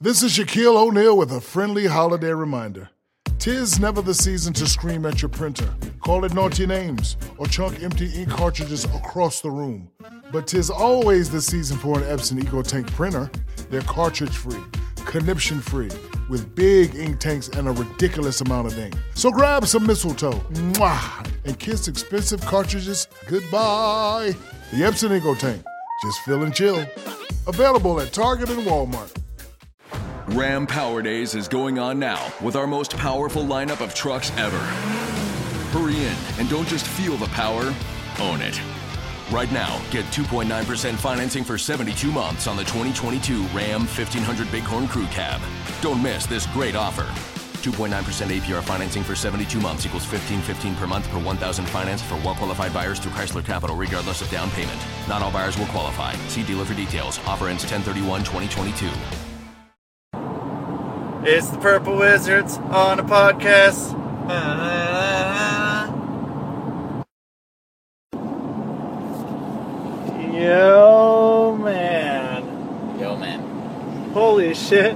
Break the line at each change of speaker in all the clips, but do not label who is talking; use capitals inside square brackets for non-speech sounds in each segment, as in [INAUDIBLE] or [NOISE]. This is Shaquille O'Neal with a friendly holiday reminder. Tis never the season to scream at your printer, call it naughty names, or chunk empty ink cartridges across the room. But tis always the season for an Epson EcoTank printer. They're cartridge free, conniption free, with big ink tanks and a ridiculous amount of ink. So grab some mistletoe, mwah, and kiss expensive cartridges goodbye. The Epson EcoTank, just feel and chill. Available at Target and Walmart.
Ram Power Days is going on now with our most powerful lineup of trucks ever. Hurry in and don't just feel the power, own it. Right now, get 2.9% financing for 72 months on the 2022 Ram 1500 Bighorn Crew Cab. Don't miss this great offer. 2.9% APR financing for 72 months equals 1515 per month per 1000 financed for well qualified buyers through Chrysler Capital regardless of down payment. Not all buyers will qualify. See dealer for details. Offer ends 1031 2022.
It's the Purple Wizards on a podcast. Ah. Yo, man.
Yo, man. [LAUGHS]
Holy shit.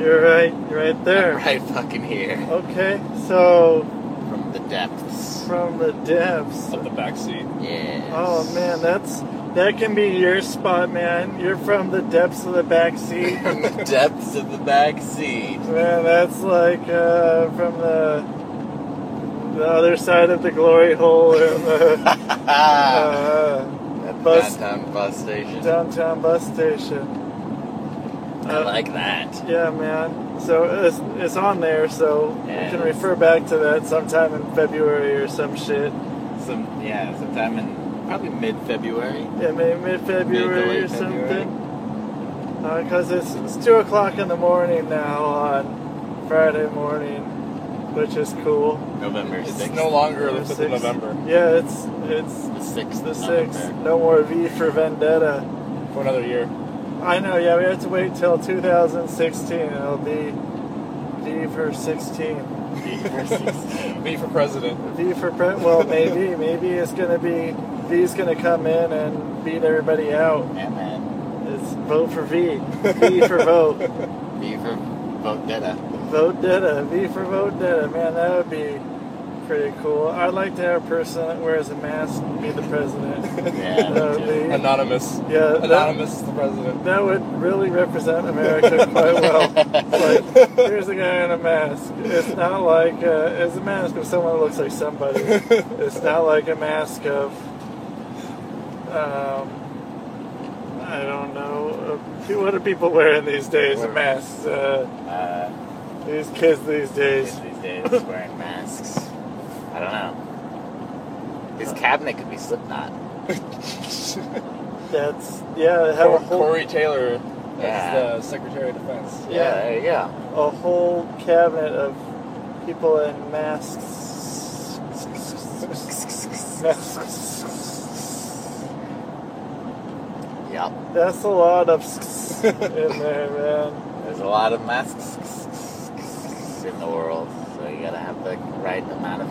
You're right. You're right there.
Right fucking here.
Okay, so
From the depths.
from the depths.
of the backseat.
Yes.
Oh, man, that's. That can be your spot, man. You're from the depths of the backseat.
[LAUGHS] From the depths of the back seat.
Man, that's like uh, from the the other side of the glory hole [LAUGHS] in the
Ah,
uh, bus Uh,
downtown bus station.
downtown bus station.
I
Uh,
like that.
Yeah, man. So it's, it's on there, so
Yeah.
we can refer back to that sometime in February or some shit.
Some yeah, sometime in probably mid-February.
Yeah, maybe mid February
late
or
February.
something. Because it's, it's 2 o'clock in the morning now on Friday morning, which is cool.
November
It's
sixth.
no longer
November
the fifth of
sixth.
November.
Yeah, it's it's
the sixth.
the
of
six.
November.
No more V for Vendetta.
For another year.
I know. Yeah, we have to wait till 2016. It'll be V for 16.
[LAUGHS]
Me for president.
V for pre-
[LAUGHS]
well, maybe maybe it's gonna be V's gonna come in and beat everybody out.
Yeah, man.
It's vote for V. V
[LAUGHS]
for vote.
B for
[LAUGHS]
Vendetta.
Vote Detta. V for vote Detta. Man, that would be pretty cool. I'd like to have a person that wears a mask be the
[LAUGHS]
president.
Yeah.
That
me
would
too.
be.
Anonymous.
Yeah, that-
Anonymous is the president.
That would really represent America quite well. Like, here's a guy in a mask. It's not like uh, it's a mask of someone that looks like somebody. It's not like a mask of, um, I don't know. uh, What are people wearing these days? The masks. Uh,
Uh,
these kids these days.
kids these days wearing masks. I don't know.
Uh.
His cabinet could be Slipknot.
That's yeah. Have a
Cor-
whole
Corey Taylor as
Yeah.
the Secretary of Defense.
Yeah.
there you go.
a whole cabinet of people in masks. masks.
Yup.
That's a lot of s- in there, man.
There's a lot of masks in the world, so you gotta have the right amount of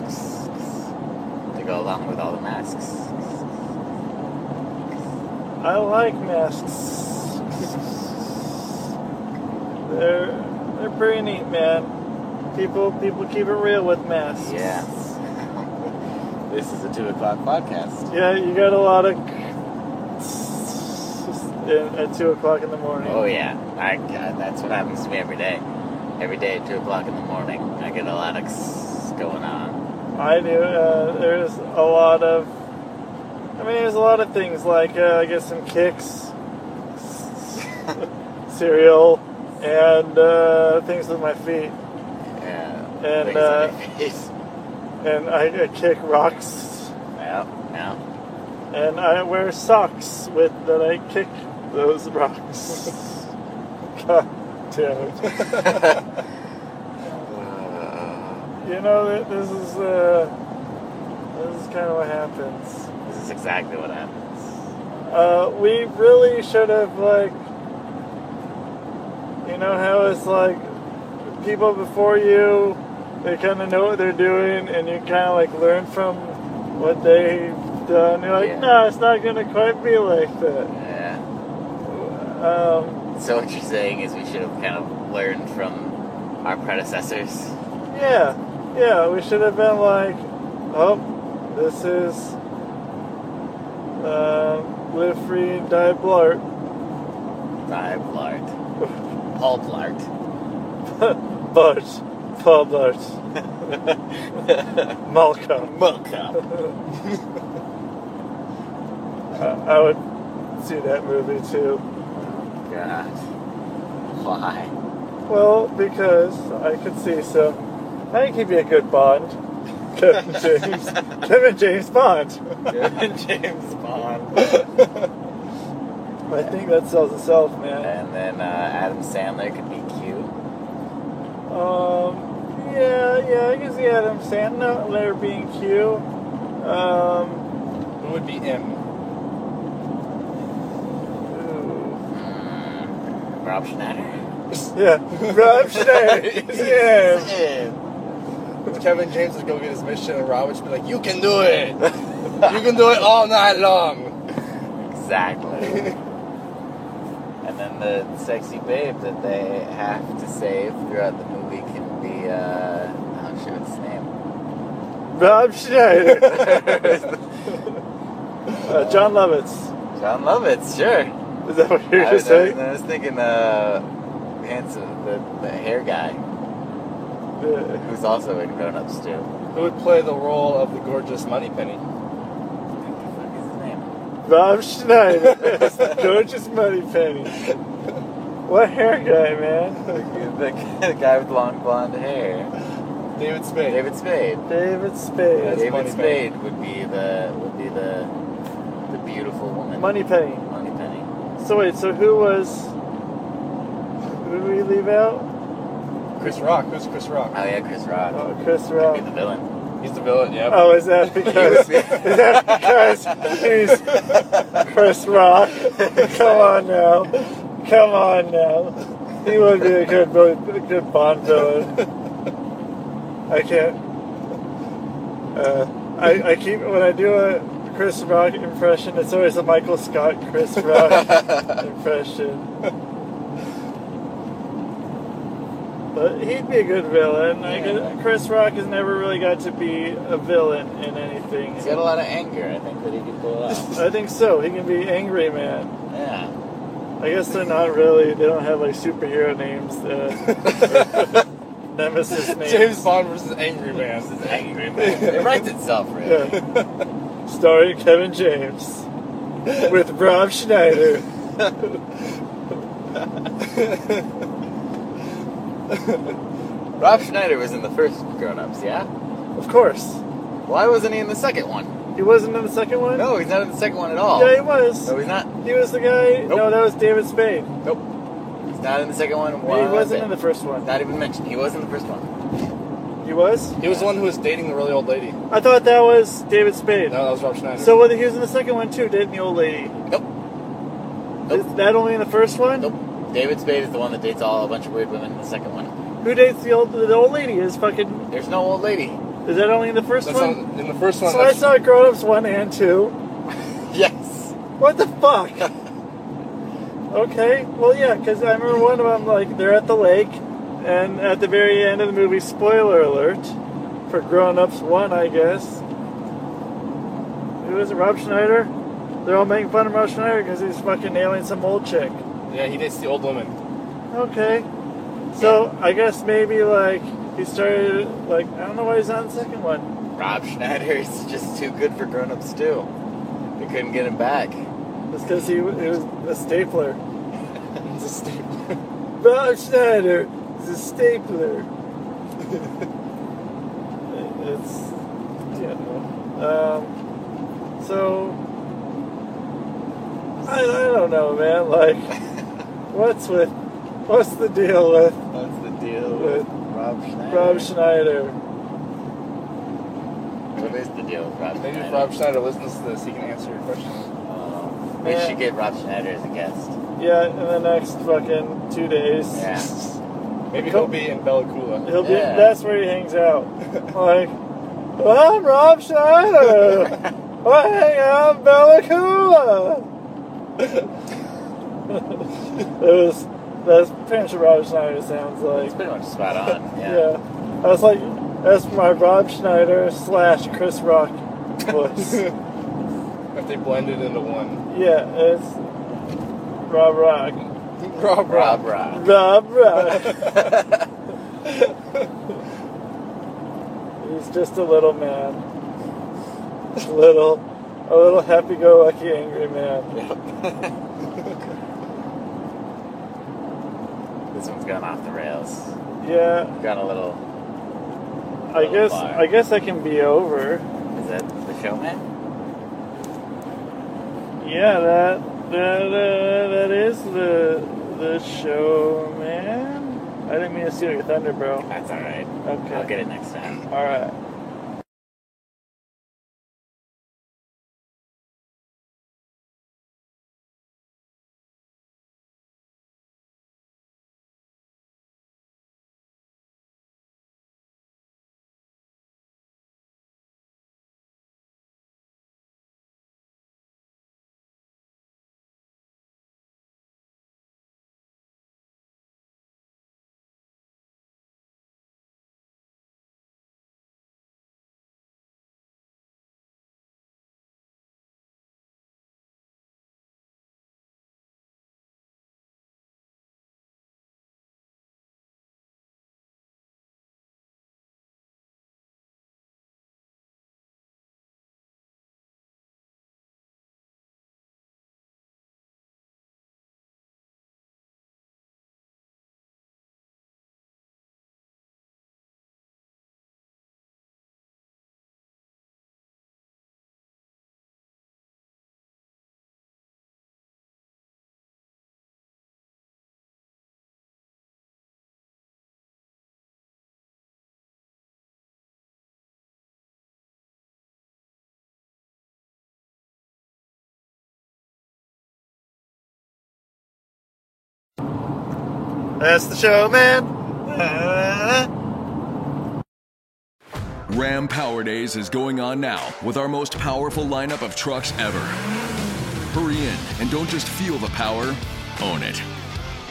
to go along with all the masks.
I like masks. They're they're pretty neat, man. People people keep it real with masks.
Yeah. [LAUGHS] this is a two o'clock podcast.
Yeah, you got a lot of in, at two o'clock in the morning.
Oh yeah, I God, that's what happens to me every day. Every day at two o'clock in the morning, I get a lot of going on.
I do. Uh, there's a lot of. I mean, there's a lot of things like uh, I guess some kicks, [LAUGHS] cereal, and uh, things with my feet.
Yeah.
And,
things in
uh,
my face. [LAUGHS]
And I, I kick rocks,
yeah, yeah.
and I wear socks with that I kick those rocks. God damn it!
Uh,
You know th- this is uh, this is kind of what happens.
this is exactly what happens.
Uh, we really should have like, you know how it's like, people before you, they kind of know what they're doing, and you kind of like learn from what they've done. You're like,
Yeah.
no, it's not gonna quite be like that.
Yeah.
Um,
So what you're saying is we should have kind of learned from our predecessors.
Yeah, yeah, we should have been like, oh, this is uh, live free and die blart.
Five Lart.
[LAUGHS]
Paul Blart.
Bart, [LAUGHS] Paul Bart, Malcolm.
Welcome.
I, I would see that movie too.
God. Why?
Well, because I could see some. I think he'd be a good Bond. [LAUGHS]
[LAUGHS]
Kevin James. Kevin James Bond.
James Bond.
I think that sells itself, man.
And then uh, Adam Sandler could be Q.
Um, yeah, yeah, I can see Adam Sandler being Q. Um,
Who would be M?
ooh.
Hmm. Rob Schneider.
yeah, Rob Schneider.
[LAUGHS]
yeah.
Yeah.
Kevin James would go get his mission, and Rob would just be like, "You can do it. [LAUGHS] you can do it all night long."
Exactly.
[LAUGHS]
and then the sexy babe that they have to save throughout the movie can be, uh, oh shit, what's his name?
Rob Schneider.
[LAUGHS]
uh, John Lovitz.
John Lovitz, sure.
Is that what you're
I,
just
was, I was-
saying?
I was thinking uh, handsome, the, the hair guy,
Yeah.
who's also in Grown Ups too.
Who would play the role of the gorgeous Moneypenny?
What the fuck is his name?
Rob Schneider. [LAUGHS] Gorgeous Money Penny. What hair guy, man?
[LAUGHS]
The, the guy with long blonde hair.
David Spade.
David Spade.
David Spade.
That's
David
Money
Spade would be the would be the the beautiful woman.
Money Penny.
Money Penny. Oh,
So wait, so who was? Who did we leave out?
Chris Rock. Who's Chris Rock?
Oh yeah, Chris Rock.
Oh, Chris
Could be the
Rock.
villain.
He's the villain. Yeah.
Oh, is that because? is that because he's Chris Rock? Come on now, come on now. He would be a good, a good Bond villain. I can't. Uh, I, I keep when I do a Chris Rock impression, it's always a Michael Scott Chris Rock impression. But he'd be a good villain. I could- Chris Rock has never really got to be a villain in anything.
He's got a lot of anger. I think that he could pull it
[LAUGHS]
off.
I think so. He can be Angry Man.
yeah.
I guess they're not really. They don't have like superhero names. Uh, or nemesis names.
James Bond versus Angry
This
Man.
is angry man. It writes itself, really.
Yeah. Starring Kevin James with Rob Schneider.
Rob Schneider was in the first Grown Ups, yeah.
Of course.
Why wasn't he in the second one?
He wasn't in the second one.
No, he's not in the second one at all.
Yeah, he was.
No, he's not.
He was the guy. No,
Nope.
that was David Spade.
Nope. He's not in the second one.
he wasn't in the first one.
Not even mentioned. He was in the first one.
He was.
He was the one who was dating the really old lady. No,
I thought that was David Spade.
that was Rob Schneider.
So whether he was in the second one too, didn't the old lady?
Nope. Nope.
Is that only in the first one?
Nope. David Spade is the one that dates all a bunch of weird women in the second one.
Who dates the old the old lady? Is fucking
There's no old lady.
is that only in the first
That's
one?
on, in the first one.
so I
that's-
saw Grown Ups one and
[LAUGHS]
two.
Yes.
What the fuck? okay, well yeah, because I remember one of them like they're at the lake, and at the very end of the movie, spoiler alert for Grown Ups one, I guess. Who is it? Rob Schneider. They're all making fun of Rob Schneider because he's fucking nailing some old chick.
yeah, he dates the old woman.
Okay. So I guess maybe like he started like I don't know why he's not in the second one.
Rob Schneider is just too good for grown-ups too. They couldn't get him back.
It's because he w- it was a stapler.
It's a sta-
Bob Schneider is a stapler. [LAUGHS] it's yeah. no. Um, so I, I don't know, man. Like, [LAUGHS] what's with what's the deal with
What's the deal with
With
Rob Schneider?
Rob Schneider?
What is the deal with Rob
Maybe
Schneider?
if Rob Schneider listens to this, he can answer your question.
Oh, we
Yeah.
should get Rob Schneider as a guest.
Yeah, in the next fucking two days.
Yeah.
Maybe he'll be in Bella Coola.
He'll be.
Yeah.
That's where he hangs out. like, I'm Rob Schneider. I hang out in Bella Coola. [LAUGHS] It was that's pretty much what Rob Schneider sounds like.
It's pretty much
[LAUGHS]
spot on.
Yeah.
Yeah.
I was like, that's my Rob Schneider slash Chris Rock voice.
[LAUGHS]
If they blended into one.
yeah, it's Rob Rock.
Rob
Rob
Rob.
Rock.
Rob Rock. He's just a little man. A little, a little happy-go-lucky angry man.
This one's gone off the rails.
Yeah,
Got a little. a
I
little
guess
far.
I guess I can be over.
Is that the showman?
Yeah, that that uh, that is the the show, man. I didn't mean to steal your thunder, bro.
That's all right.
Okay.
I'll get it next time.
All right. That's the show, man.
Ram Power Days is going on now with our most powerful lineup of trucks ever. Hurry in and don't just feel the power, own it.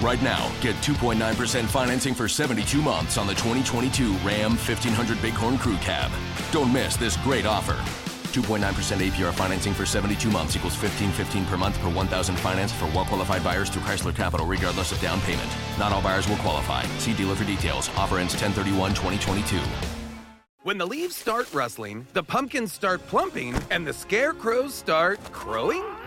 Right now, get 2.9% financing for 72 months on the 2022 Ram 1500 Bighorn Crew Cab. Don't miss this great offer. 2.9% APR financing for 72 months equals 1515 per month per 1000 financed for well-qualified buyers through Chrysler Capital regardless of down payment. Not all buyers will qualify. See dealer for details. Offer ends 1031-2022.
When the leaves start rustling, the pumpkins start plumping, and the scarecrows start crowing,